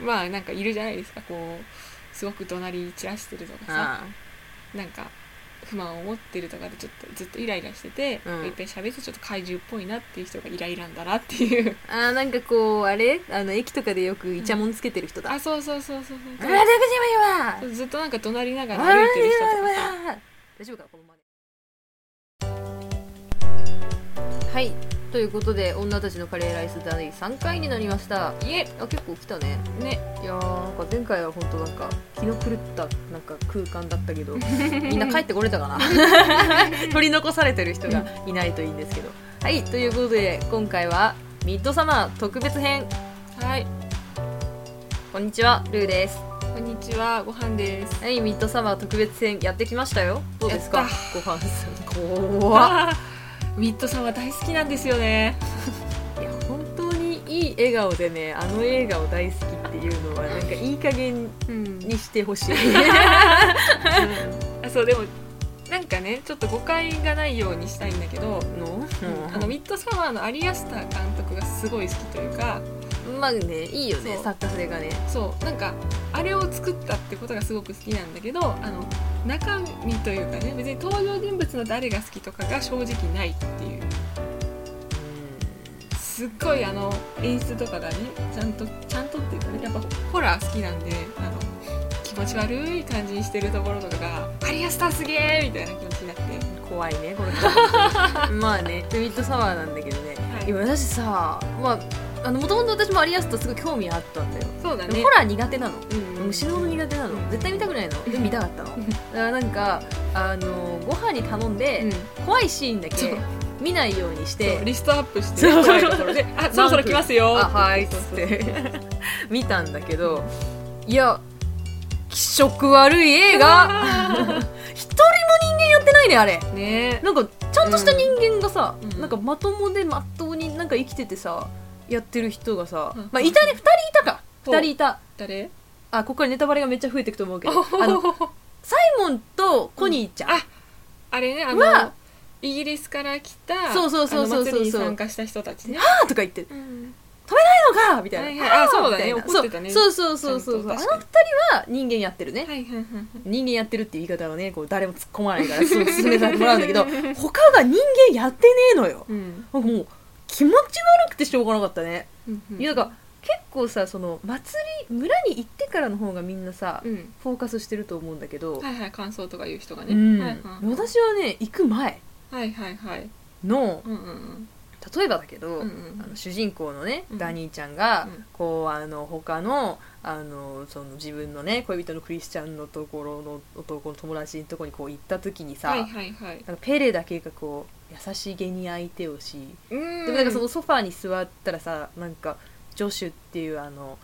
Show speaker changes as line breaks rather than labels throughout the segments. まあなんかいるじゃないですかこうすごく怒鳴り散らしてるとかさ、なんか不満を持ってるとかでちょっとずっとイライラしてて、
うん
いっぱい喋ってちょっと怪獣っぽいなっていう人がイライラんだなっていう
あーなんかこうあれあの駅とかでよくイチャモンつけてる人だ、
あそうそうそうそうそ
あー
う
だくじまいわ
ずっとなんか怒鳴りながら歩いてる人とかさ
大丈夫かこのまではいということで女たちのカレーライス第3回になりました
いえ
あ結構来たね
ね
いやーなんか前回は本当なんか気の狂ったなんか空間だっ たけどみんな帰ってこれたかな取り残されてる人がいないといいんですけどはいということで今回はミッドサマー特別編
はい
こんにちはルーです
こんにちはご飯です
はいミッドサマー特別編やってきましたよどうです
や
か
っ
ご飯さん怖っ
わ ミッドさんは大好きなんですよね
いや本当にいい笑顔でねあの映画を大好きっていうのはなんかいい加減
うん
にしてほ しい
あそうでもなんかねちょっと誤解がないようにしたいんだけど、
の、
あのミッドサマーのアリアスター監督がすごい好きというか
まあねいいよね
そう
作家性がね
そうなんかあれを作ったってことがすごく好きなんだけどあの中身というかね別に登場人物の誰が好きとかが正直ないっていうすっごいあの演出とかがねちゃんとちゃんとっていうかねやっぱホラー好きなんであの気持ち悪い感じにしてるところとかが「アリアスターすげえ!」みたいな気持ちになって
怖いねこれ まあねでミッドサマーなんだけどね、
はい
いや私さまああのもともと私もアリアスとすごい興味あったんだよ、
そうだ
でも
ね
ホラー苦手なの
うんうん
虫の音苦手なの絶対見たくないのでも見たかったのだからなんかあのご飯に頼んで、怖いシーンだ
そう
け見ないようにし
そう
て
リストアップして
そう
怖いところで「あそろそろ来ます
「あ
よ」
はい」っ
そう
つ
そ
っ
うそう
て 見たんだけどいや気色悪い映画 一人も人間やってないねあれ
ね
なんかちゃんとした人間がさ、
うん
なんかまともでまっとうになんか生きててさやってる人がさ、
うん
まあいたね2人いたか
そう
2人いた
誰
あここからネタバレがめっちゃ増えていくと思うけどあの
あ
サイモンとコニーちゃん、
ああれねあの
は
イギリスから来た
そうそうそうそうそう
あの祭りに参加した人たちね
あーとか言ってる「ないのか!」みたいな
はいはいあ
ー
そうだね
みいな
怒ってたね
そうそうそうそうそ
ちゃ
うあ
ん
の
と確
2
かに
人は人間やってるね、
はいはいはいはい
人間やってるっていう言い方はねこう誰も突っ込まないからすごい進めさせてもらう んだけど他が人間やってねえのよ
うん
なんかもう気持ち悪くてしょうがなかったね、いやなんか結構さその祭り村に行ってからの方がみんなさ、
うん
フォーカスしてると思うんだけど、
はいはい感想とか言う人が
う
ね
ん
はいはい
私はね行く前
はいはいはい
の
うんうん
例えばだけど、
うんうん
あの主人公のね、
うん
ダニーちゃんが、
うん
こうあの他のあのその自分のね恋人のクリスチャンのところの男の友達のところにこう行った時にさ、
はいはいはい
なんかペレだけがこう優しげに相手をし、
うん
でもなんかそのソファーに座ったらさなんかジョシュっていうあの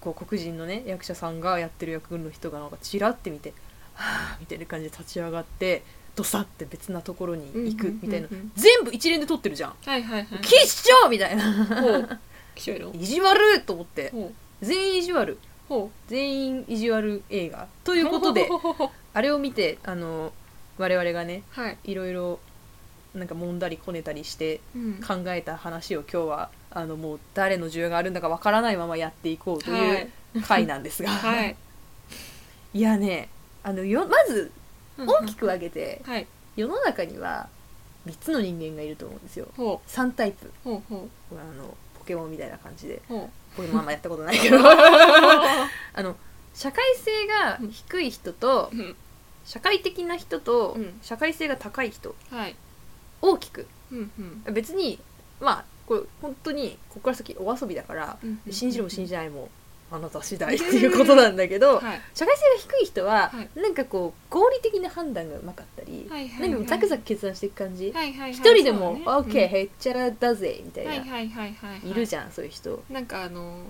こう黒人のね役者さんがやってる役の人がなんかチラって見て「はあ」みたいな感じで立ち上がってドサって別なところに行
う
く
んうんうんうん
みたいな、全部一連で撮ってるじゃん
はいはいは
「
い
キッショー!」みたいな
ほうきしょいろ
意地悪と思って
ほう
全員意地悪
ほ
全員意地悪映画と
う
いうことで
ほうほうほうほ
あれを見てあの我々がね
うはい
いろいろなんか揉んだりこねたりして
うん
考えた話を今日はあのもう誰の需要があるんだかわからないままやっていこうと
はいいう
回なんです が、
はい
いやねあのよまず大き
く
く分けて
はい
世の中には3つの人間がいると思うんですよ
ほ
3タイプ
うほうほう
あのポケモンみたいな感じで
ほ
ポケモンあんまやったことないけどあの社会性が低い人と
ううん
社会的な人と
うん
社会性が高い人
はい
大きく
うんうん
別にまあこれ本当にここから先お遊びだから
うんうん
信じるも信じないもあなた次 第っていうことなんだけど
はい
社会性が低い人は
はい
なんかこう合理的な判断がうまかったり
はいはいはい
なんかザクザク決断していく感じ
はいはいはい
一人でも
そう
「
だね
OK へっちゃらだぜ」みた
はい
いな
はいはいはい
いるじゃんそういう人
ゃんなんかあの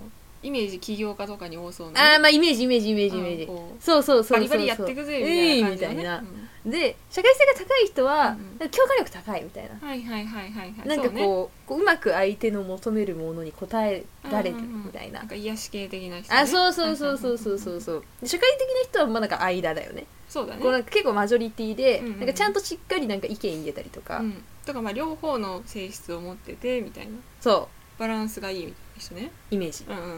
イメージ起業家とかに多そうな
あ
ね
あまあイメージイメージイメージイメー
うん
ジ
こう
そうそうそう
バ
そう
リ
そ
バ
う
リやってくぜ
えい
み
み
た
た
い
い
な
な
感じのね
で社会性が高い人
うんうん
はなんか共感力高いみたいな
うんはいはいはいはいはい
なんかこうこううまく相手の求めるものに応えられるみたいな
なんか癒し系的な人ね
あそうそうそうそうそうそうそうで社会的な人はまあなんか間だよね
そうだね
こうなんか結構マジョリティで、
うんうんうん
なんかちゃんとしっかりなんか意見言えたりとか、
うんとかまあ両方の性質を持っててみたいな
そ
バランスがいい人ね
イメージ
うんうん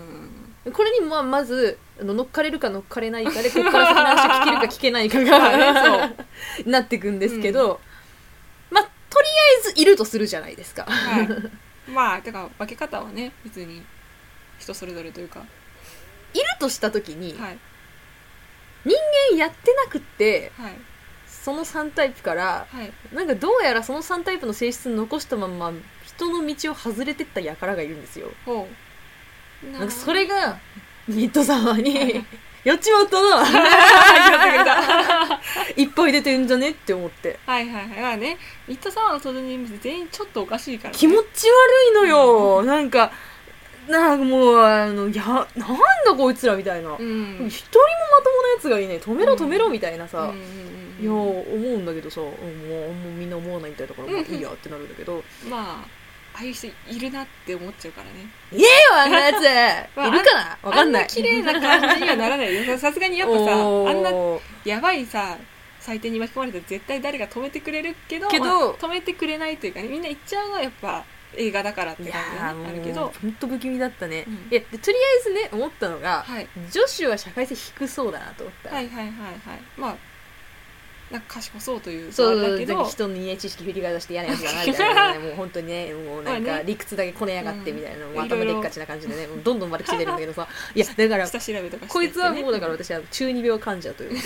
うん
これにまあまずあの乗っかれるか乗っかれない かでここから先の話聞けるか聞けないか
まあ
がなってくんですけど、まあとりあえずいるとするじゃないですか。
はいまあてか分け方はね別に人それぞれというか
いるとした時に、
はい
やってなくって
はい
その3タイプから
はい
なんかどうやらその3タイプの性質残したまんま人の道を外れてった輩がいるんですよ。
ほう
なんかそれがニット様に「やっちまったな! 」いっぱい出てんじゃねって思って。
はいはいはいまあねミッドサマーの登場人物全員ちょっとおかしいから、ね、
気持ち悪いのよなんかなんかもうあのいやなんだこいつらみたいな、
う
一人
ん
もまともなやつがいいね止めろ
うん
止めろみたいな
うん
さ、
うん
いや
うん
思うんだけどさうんもうもうみんな思わないみたいだから、まあ、
うん
いいやってなるん だけど
うんまあああいう人いるなって思っちゃうからね
「えよあんなやつ
まあ
いるかなわかんな」
あんない綺麗な感じにはならないよささすがにやっぱさあんな
おー
やばいさ採点に巻き込まれたら絶対誰か止めてくれるけど
けど
まあ止めてくれないというかねみんな行っちゃうのはやっぱ映画だからって
い
感
や
じがね
ーも
ある
う
けど
ほんと不気味だったね、
うん
いやでとりあえずね思ったのが、
はい
女子は社会性低そうだなと思った、
はいはいはいはいまあなんか賢そうという
そう
あれだけ ど
人のね知識振り返らして嫌なやつだなみたいな、ね、もう本当にねもうなん
まあ
か
ね
理屈だけこねやがってみたいなの
う
を
ん
ま頭でっかちな感じでねもうどんどん悪口出るんだけ どさいやだから
下調べとかして
こいつはもうだからら私は中二病患者という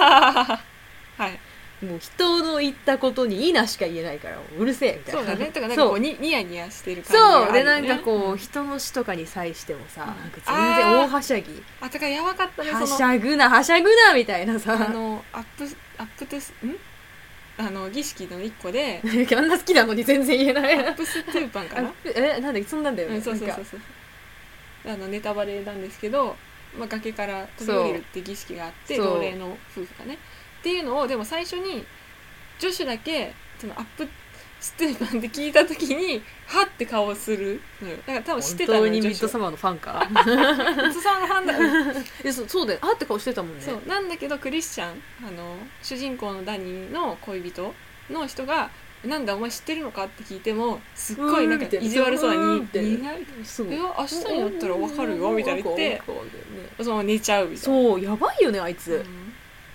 はい
もう人の言ったことに「いいな」しか言えないからうるせえみたいな
そうだねだからなんかこ
そうう
にニヤニヤしてる感じがあ
そう
る
で
よ
なん
ね
かこ
ん
う人の死とかに際してもさなんか全
あ
然
ー
大はしゃぎ
あだからやばかったねそ
はし
の
ゃぐなはしゃぐなみたいな
あ
さあ
のアップアップトゥスんあの儀式の一個 で
んな好きなのに全然言えな
アッ
い
プストゥーパンかな
あえなんだっけそんなんだよ
う
ね
ん、そうそう
なん
そ
か
うそうあのネタバレなんですけど、まあ、崖から飛び降りるって儀式があって
そう
同齢の夫婦がねっていうのをでも最初に女子だけそのアップステーパンって聞いた時にはって顔をするのよだから多分知ってたの
本当
よ
に
女
ミッ
子
ド
は
サマーのファン か
ミッドサマーのファンだ、 うん
えそそうだよあって顔してたもんね
そうなんだけどクリスチャンあの主人公のダニーの恋人の人が「なんだお前知ってるのか?」って聞いてもすっごいなんか意地悪そうに
うーん
「
みたいな
似合い
そう
いや明日になったら分かるよ」みたいな言ってそのまま寝ちゃうみたいな。
そうやばいよねあいうつ、
ん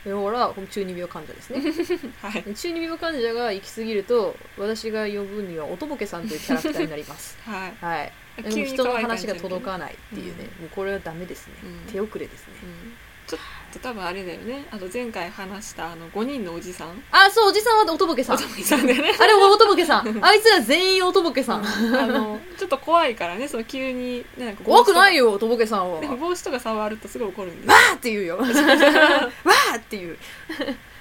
だからこの中二病患者ですね
はい、
中二病患者が行き過ぎると私が呼ぶにはおとぼけさんというキャラクターになります
はい、
はいでも
急に
人の
可愛い感
話
じ
が
になる
届かないっていうね、もうこれはダメですね、
うん
手遅れですね、
うんちょっと多分あれだよねあと前回話したあの5人のおじさん
あそうおじさんはおとぼけさん
おじさんでね
あれおとぼけさんあいつら全員おとぼけさん
あのちょっと怖いからねその急になんか
怖くない
よ
よおとぼけさんは
でも帽子とか触るとすごい怒るんです
わーって言うよわーって言う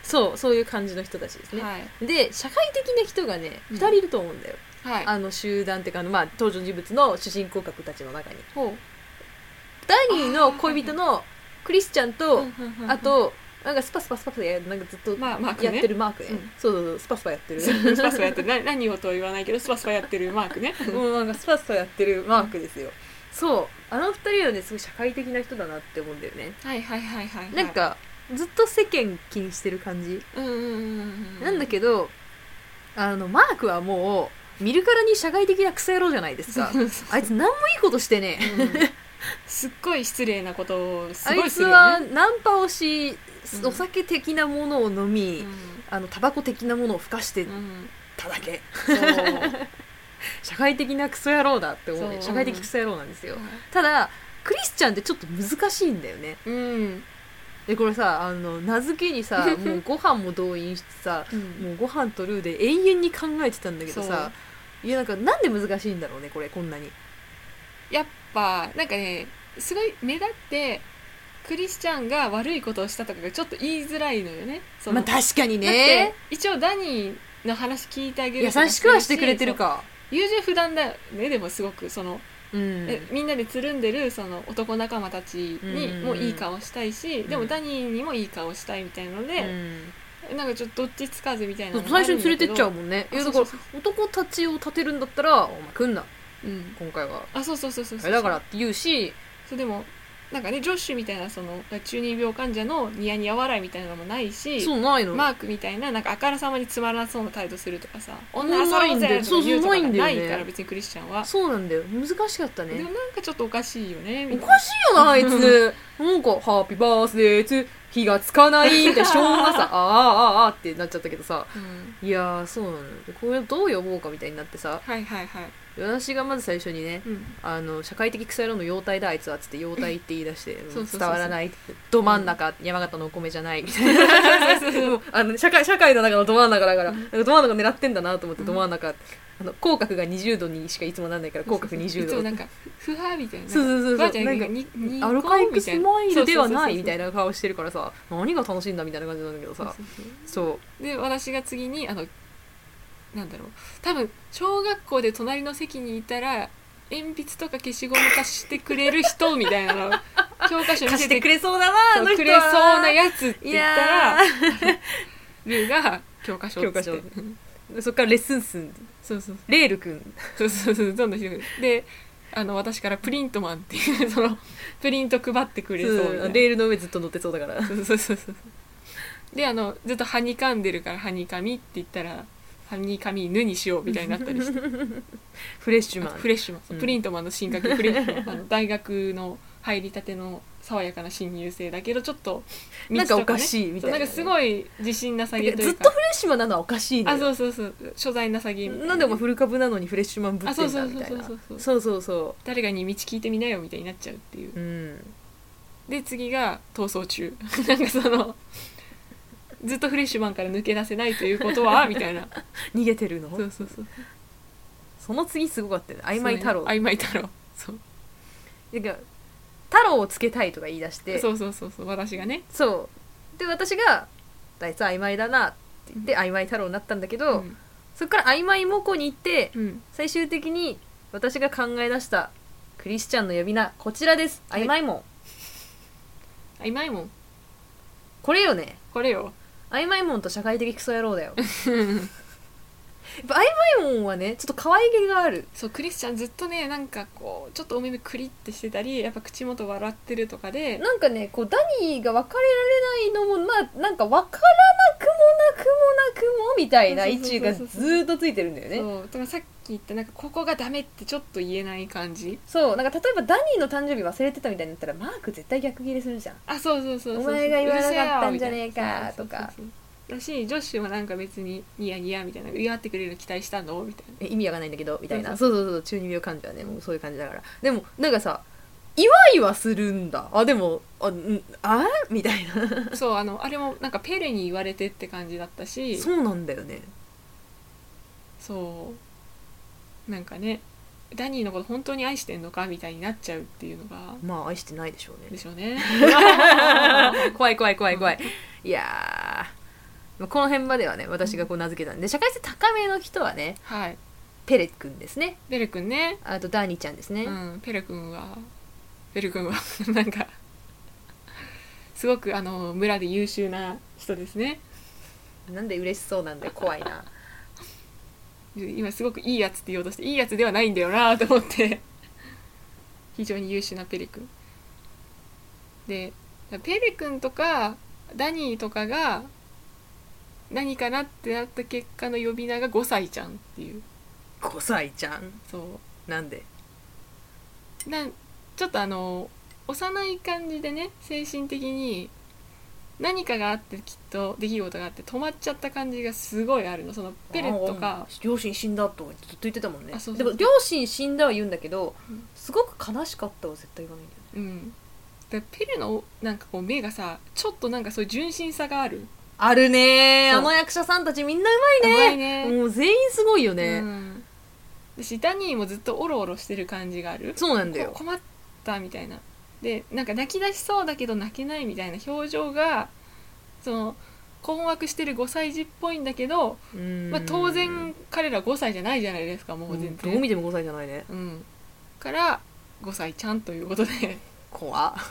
そうそういう感じの人たちですね、
はい
で社会的な人がね
うん
2人いると思うんだよ、
はい
あの集団っていうかあの、まあ、登場人物の主人公格たちの中に
ほう
ダニーの恋人のクリスチャンと、
うんうんうんうん
あとなんかスパスパスパスやなんかずっと
まあマークね
やってるマークね,、
うん
そうそうそうスパスパやってる
スパスパやってるな何をとは言わないけどスパスパやってるマークね
もうなんかスパスパやってるマークですよそうあの2人はねすごい社会的な人だなって思うんだよね
はいはいはいはい、はい、
なんかずっと世間気にしてる感じ
うんうんうんうん
なんだけど、あの、マークはもう、見るからに社会的なクソ野郎じゃないですか。あいつ何もいいことしてね え。
うんすっごい失礼なことをす
あ
ご
い
いす
つ
るよ
は
ね
ナンパをし
う、ん
お酒的なものを飲み、
うん
あの、タバコ的なものをふかして
うん
ただけ。
そう
社会的なクソ野郎だって思うね。
そう
社会的クソ野郎なんですよ。
はい
ただ、クリスチャンってちょっと難しいんだよね。
うん、
で、これさ、あの、名付け にさ、もうご飯も動員してさ、もうご飯とルーで永遠に考えてたんだけどさ、いや、なんか、なんで難しいんだろうね、これ、こんなに。
やっぱなんかねすごい目立ってクリスチャンが悪いことをしたとかがちょっと言いづらいのよねその
まあ確かに
だって
ね
一応ダニーの話聞いてあげる
優
とか
しくはしてくれてる
し
か
そう優柔不断だよねでもすごくその、
うん
えみんなでつるんでるその男仲間たちにもいい顔したいし、
ん
でもダニーにもいい顔したいみたいなので、なんかちょっとどっちつかずみたいな
うん
のがあ
最
る
初
ん
に
だけど
連れてっちゃうもんねいや
あそ
だ
う
か
そう
ら
そう
男たちを立てるんだったら「お前来んな
うん
今回は
あそうそうそうそう
あ
そう
れだから」って言うし
そうでもなんかねジョッシュみたいなその中二病患者のニヤニヤ笑いみたいなのもないし
そうないの、
マークみたいななんかあからさまにつまらなそうな態度するとかさ
う
女遊びみたいなこと言うと
な
か
い
な
んだよそうそうないんだよね
いから別にクリスチャンは、
そうなんだよ難しかった
で
ね
もなんかちょっとおかしいよねみ
お
たいな
かしいよなあいつなんか「ハッピーバースデーツ火がつかない」みたいなしょう がさ「あーあーあー」ってなっちゃったけどさ
うん
いやーそうなのよでこれをどう呼ぼうかみたいになってさ
はいはいはい、
私がまず最初にね
うん、
あの社会的草野郎の妖体だあいつはっつって妖体って言い出し
そ
て
うそうそうそう
伝わらないど真ん中、山形のお米じゃないみたいな もうあの社会社会の中のど真ん中だから、
うん
なんかど真ん中狙ってんだなと思って
うん
ど真ん中、あの口角が20度にしかいつもなんないから口角
いつ
20
も
度
なんかふはみたいな
そうそうそうそう
ばあちゃんが
なんか
にに
アルカイックスマイルではないみたい
な
な顔してるからさ何が楽しいんだみたいな感じなんだけど
そうそうそ
さ
うそう
そう
で私が次にあのなんだろう多分小学校で隣の席にいたら鉛筆とか消しゴム貸してくれる人みたいな の教科書見
貸し
せ
て
て
く
く
れそうだなあの人は
れそうなやつって
い
言ったら
やー
ルーが教科書っつ
教
って
科書そっからレッスンスン
そうそう
レールくん
そうそうそうどんどんひどくであの私からプリントマンっていうそのプリント配ってくれそうみたいな
レールの上ずっと乗ってそうだから
そうそうそうそうであのずっと「はにかんでるからはにかみ」って言ったら「はにかみぬ」にしようみたいになったりして
フレッシュ
あ
マン
とフレッシュマン、
うん
プリントマンの進化系フレッシュマ ンあの大学の入りたての爽やかな新入生だけどちょっと
なんかおかしいみ
み
たいな、
なんかすごい自信なさ
だ
げ
け
と
ど
い
ず
う
っ
か
とフレッシュマンなのはおかしいの
あ
よ
そうそうそう所在なさげみたい
なんでお前フル株なのにフレッシュマンぶってんだ
あ
みたいな
そうそうそう
そうそうそ
誰かに道聞いてみなよみたいになっちゃうっていう
ううん
で次が「逃走中」 なんかそのずっとフレッシュマンから抜け出せないということはみたいな
逃げてるの
そうそうそう
その次すごかったよね曖昧太
そ
郎
うね曖昧太郎そう
なんか太郎をつけたいとか言い出して
そうそうそうそう私がね
そうで私が「あいつは曖昧だな」って言って曖昧太郎になったんだけど、
ん
そっから曖昧モコに行って
うん
最終的に私が考え出したクリスチャンの呼び名こちらです
はい
曖昧もん、
曖昧もん
これよね
これよ
曖昧もんと社会的クソ野郎だ よやっぱ曖昧もんはねちょっと可愛げがある
そうクリスチャンずっとねなんかこうちょっとお目目クリってしてたりやっぱ口元笑ってるとかで
なんかねこうダニーが別れられないのもななんか分からなくもなくもなくもみたいな位置がずーっとついてるんだよね
そうだからさっき言ったなんかここがダメってちょっと言えない感じ
そうなんか例えばダニーの誕生日忘れてたみたいになったらマーク絶対逆ギレするじゃん
あそうそうそうそう
お前が言わなかったんじゃね
うるせよみ
えか
たいな
とか
そうそうそうだしジョッシュはなんか別にニヤニヤみたいな祝ってくれるの期待したのみたい な
え意味わかんないんだけどみたいな
そ
そうそうそう中二病患者はねもうそういう感じだからでもなんかさいわいはするんだあでもあんあみたいな
そうあのあれもなんかペレに言われてって感じだったし
そうなんだよね
そうなんかねダニーのこと本当に愛してんのかみたいになっちゃうっていうのが
まあ愛してないでしょう
で
ね
しょうね
怖い怖い怖い怖いいやーまあこの辺まではね私がこう名付けたんで社会性高めの人はね
はい
ペレ君ですね
ベル君ね
あとダニーちゃんですね、
うんペレ君はペレ君は なんかすごくあの村で優秀な人ですね
なんで嬉しそうなんだよ怖いな
今すごくいいやつって言おうとしていいやつではないんだよなと思って 非常に優秀なペレ君でペレ君とかダニーとかが何かなってなった結果の呼び名が5歳ちゃんっていう
5歳ちゃん
そ
なんで
うなんちょっとあの幼い感じでね精神的に何かがあってきっと出来事があって止まっちゃった感じがすごいあるのそのペレとか
うん両親死んだとかずっと言ってたもんね
あそうそう
でも両親死んだは言うんだけど、
うん
すごく悲しかったは絶対言わないんだ
う
よね
ん、でペレのなんかこう目がさちょっとなんかそういう純真さがある
あるねー
そう
あの役者さんたちみんなうま
甘
い
い
ね
ね
もう全員すごいよね、
うん、私ダニーもずっとオロオロしてる感じがある
そうなんだよ
こ困ったみたいなでなんか泣き出しそうだけど泣けないみたいな表情がその困惑してる5歳児っぽいんだけど、
うん
まあ、当然彼ら5歳じゃないじゃないですかもう全
どう見
然、
ても5歳じゃないね
うん、から5歳ちゃんということで
怖っ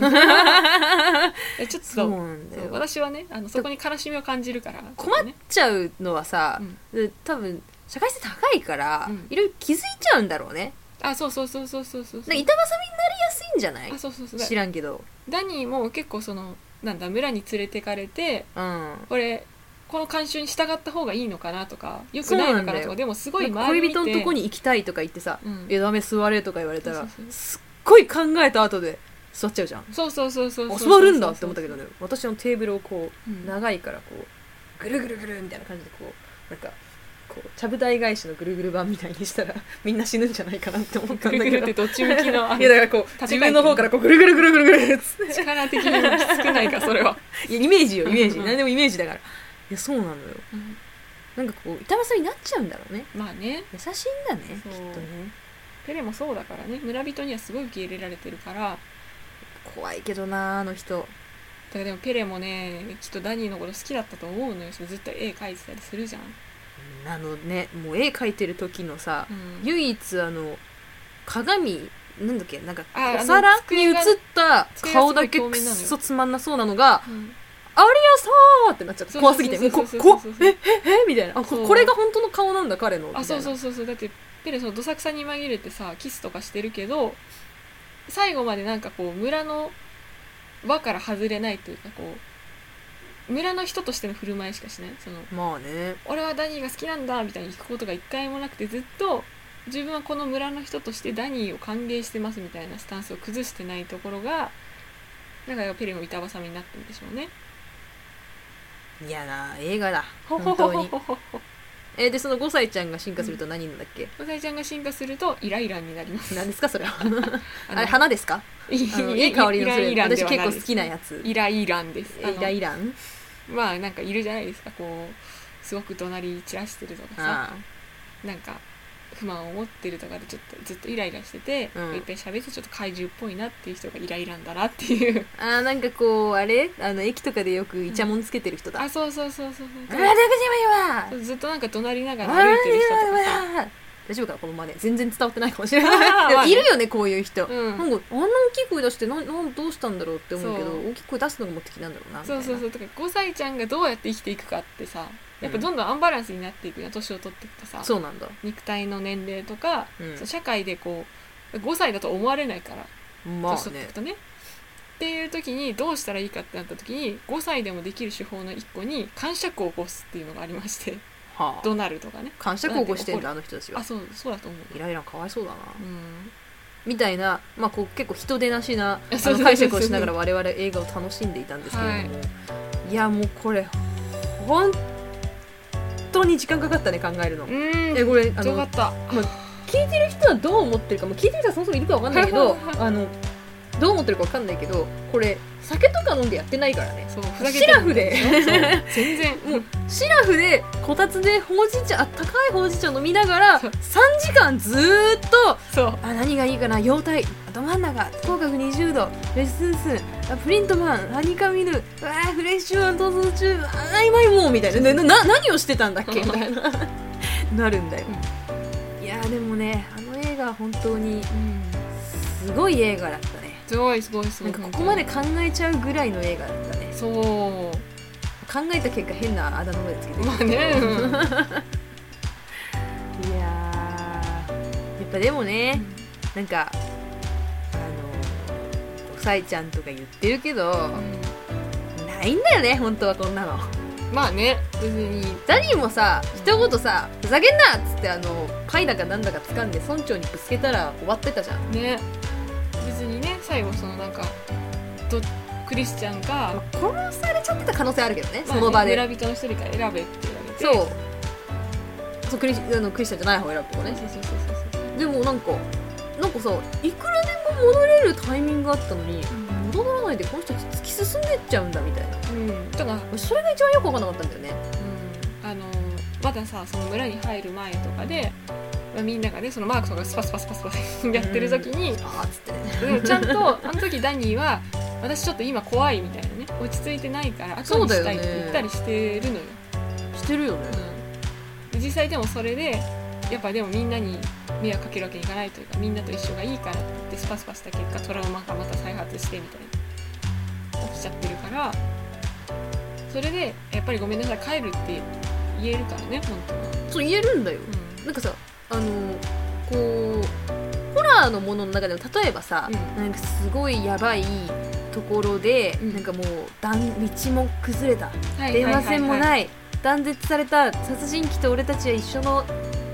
えちょっと
そうなんだ
そう
よ
私はねあのそこに悲しみを感じるから
困っちゃうのはさ
う、ん
で多分社会性高いから、
うん
いろいろ気づいちゃうんだろうね
あそうそうそうそうそうそう
なんか板挟みになりやすいんじゃない
あそうそうそう
知らんけど
ダニーも結構そのなんだ村に連れてかれて
うん
俺この慣習に従った方がいいのかなとかよくないの
そうな
か
んだ
なと
よ
かでもすごい
なんか
周り
恋
見て
人のとこに行きたいとか言ってさ
うん
「えダメ座れ」とか言われた
そ
ら
うそうそう
すっごい考えた後で座っちゃうじゃん
そうそうそうそう
あ
そう
座るんだって思ったけどね私のテーブルをこう
うん
長いからこうぐるぐるぐるみたいな感じでこうなんかこうちゃぶ台返しのぐるぐる版みたいにしたらみんな死ぬんじゃないかなって思ったんだ
ぐ
け
る
ど
ぐるってどっち向きのあ
いやだ
の
からこう
立て替え
自
てる
分の方からこうぐるぐるぐるぐるぐるっつっ
力的にもきつくないかそれは、
ていやイメージよイメージ
うん
何でもイメージだからいやそうなのよなんかこう板挟みになっちゃうんだろうね
まあね
優しいんだねき
そ
っ
う
とね
ペレもそうだからね村人にはすごい受け入れられてるから
怖いけどなあの人
だからでもペレもねきっとダニーのこと好きだったと思うのよずっと絵描いてたりするじゃん、
あのねもう絵描いてる時のさ
うん
唯一あの鏡なんだっけなんか
ああの
お皿に映
机
っ
が
た
机が
顔だけ
すごい透
くっ
明なのよ
そつまんなそうなのが
うん
「あれやさー!」ってなっちゃった
そう
怖すぎても
そううそ
こ
うそう
こ
そう
えええみたいなあ
そ
こ
う
これが本当の顔なんだ彼の
あそうそううそうそうだってペレそのどさくさに紛れてさキスとかしてるけど最後までなんかこう村の輪から外れないというかこう村の人としての振る舞いしかしないその
まあね
俺はダニーが好きなんだみたいに聞くことが一回もなくてずっと自分はこの村の人としてダニーを歓迎してますみたいなスタンスを崩してないところがだからペレも板挟みになってるんでしょうね
嫌な映画だ本当にえでその5歳ちゃんが進化すると何になるんだっけ、
おさえちゃんが進化するとイライラになります
何ですかそれは
の
あれ花ですか
いい
あのいい香りのする
イライランで
私
は
結
ない
構好きなやつ
イライランですあの
イライラン
まあなんかいるじゃないですかこうすごく怒鳴り散らしてるとかさ
あ
なんか不満を持ってるとかでちょっとずっとイライラしてて、
うん
いっぱい喋ってちょっと怪獣っぽいなっていう人がイライランだなっていう
あーなんかこうあれあの駅とかでよくイチャモンつけてる人だ、
あそうそうそうそうそ
あー
う
だから
そ
今
うずっとなんか怒鳴りなが
今
ら
は
歩いてる人とかさ
大丈夫かなこのまで全然伝わってないかもしれな い
あーまあね
でもいるよねこういう人、
うん
なんかあんな大きい声出してなんなんどうしたんだろうって思うけど
そう
大きい声出すのが目的なんだろうなみ
そ
たいな
うそうそうとか5歳ちゃんがどうやって生きていくかってさやっぱどんどんアンバランスになっていくよ年を取っていくとさ
そうなんだ
肉体の年齢とか、
うん
そう社会でこう5歳だと思われないから
ま
年
あ
取ってい
ね
くとね。っていう時にどうしたらいいかってなった時に5歳でもできる手法の1個に感触を起こすっていうのがありまして
はあ
怒鳴るとかね
感謝交互してんだあの人たちは
あそうそうだと思う
イライラかわいそうだな
うん
みたいな、まあ、こう結構人手なしなあ
そうそうそう
の
そう
解釈をしながら我々映画を楽しんでいたんですけれども、い、やもうこれ本当に時間かかったね考えるの。
うん
えこれあ
よか
の
った
聞いてる人はどう思ってるかもう聞いてる人はそもそもいるかわかんないけどあのどう思ってるかわかんないけどこれ酒とか飲んでやってないからね
そう
シラフで
そう全然
もう シラフでこたつでほうじ茶あったかいほうじ茶飲みながら
そう
3時間ずーっと
そう
あ何がいいかな腰体ど真ん中口角20度レッスン数あプリントマンハニカミルうわーフレッシュマン逃走中あーうまいもうみたいななな何をしてたんだっけみたいな なるんだよ、いやーでもねあの映画は本当に
うん
すごい映画だったね
すごいすごいすご
ないんかここまで考えちゃうぐらいの映画だったね
そ
考えた結果変なあだ名までつけて
う
る
まあねうん
いやーやっぱでもねなんかあのさいちゃんとか言ってるけど、ないんだよね本当はこんなの
まあね別に
ダニーもさ一言さ「ふざけんな!」っつってあの貝だかなんだか掴んで村長にぶつけたら終わってたじゃん
ね別にね最後そのなんかどクリスチャンか
殺されちゃってた可能性あるけどね
まあ
その場で、
ね、村人の一人から選べって言われて
そうそうクリスあのクリスチャンじゃない方を選ぶとか
そう
ね
そうそうそうそう
でもなんかなんかさいくらでも戻れるタイミングがあったのに戻らないでこの人たち突き進んでっちゃうんだみたいな
うんだから、うん、
それが一番よく分かんなかったんだよね
あのまださその村に入る前とかで、まあ、みんながねそのマークとかスパスパスパスパスやってる時に、
あーっつってね
でもちゃんとあの時ダニーは私ちょっと今怖いみたいなね落ち着いてないから後にしたいって言ったりしてるのよ
してるよね
うん、実際でもそれでやっぱでもみんなに迷惑かけるわけにいかないというかみんなと一緒がいいからって言ってスパスパした結果トラウマがまた再発してみたいな起きちゃってるからそれでやっぱりごめんなさい帰るって言えるからね本当は、
そう言えるんだよなんかさあのこうコ今のものの中でも例えばさ、
う
なんかすごいやばいところで、
うん
なんかもう断道も崩れた
はい
電話線も
い
ない断絶された殺人鬼と俺たちは一緒の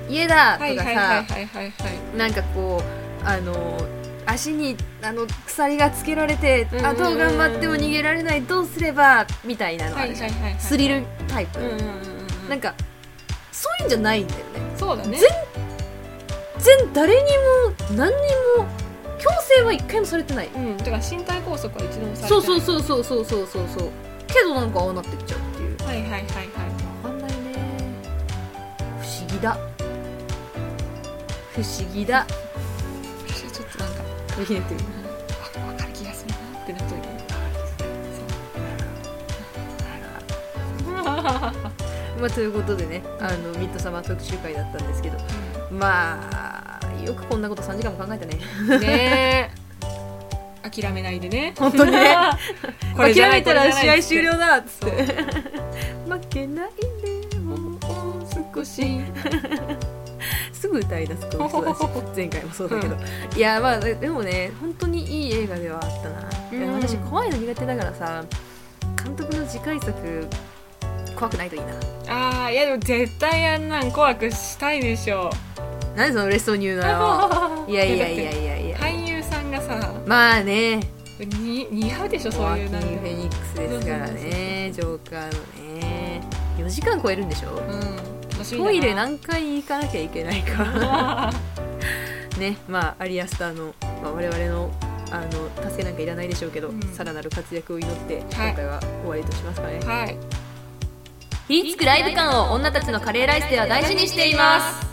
家だと
はい
か
はいはい
さ
はいはいはい
なんかこうあの足にあの鎖がつけられて
うんうんうん
あどう頑張っても逃げられないどうすればみたいなのあ
はいはい
るじ
は
ゃん
いはい
スリルタイプ
うんうんうんうん
なんかそういうんじゃないんだよね
そうだね
全誰にも何にも強制は一回もされてない
うんだから身体拘束は一度もされてない
そうそうそうそうそうそうそうそうけどなんかああなってきちゃうっていう
はいはいはいはい
わかんないね不思議だ不思議だ
私はちょっとなんか
これひねってみる
うんわわかる気がするなってなっとる
まあということでねあのミッドサマー特集会だったんですけどまあよくこんなこと3時間も考えたね
けどねえ 諦めないでね
本当にね
これじゃ
諦
ない
めたら試合終了だっつ
そ
っ
う
て 負けないでもう
少し
すぐ歌い出すこの人だし前回もそうだけど、
う
いやまあでもね本当にいい映画ではあったな、いや
うん
私怖いの苦手だからさ監督の次回作怖くないといいな
ああいやでも絶対あんなん怖くしたいでし ょ
何その嬉しそうに言うの よいやいやいや
だって
いやいや
俳優さんがさ
まあね
に似合うでしょ
ホ
そ
ア
う
キ
い
ン・
う
フ
なんか
ェニックスですからねジョーカーのね4時間超えるんでしょ
うん楽しみだな
トイレ何回行かなきゃいけないか ねまあアリアスターの、まあ、我々のあの助けなんかいらないでしょうけど、
うん
さらなる活躍を祈って今
はい
回は終わりとしますかね、
はい
ヒーツクライブ感を女たちのカレーライスでは大事にしています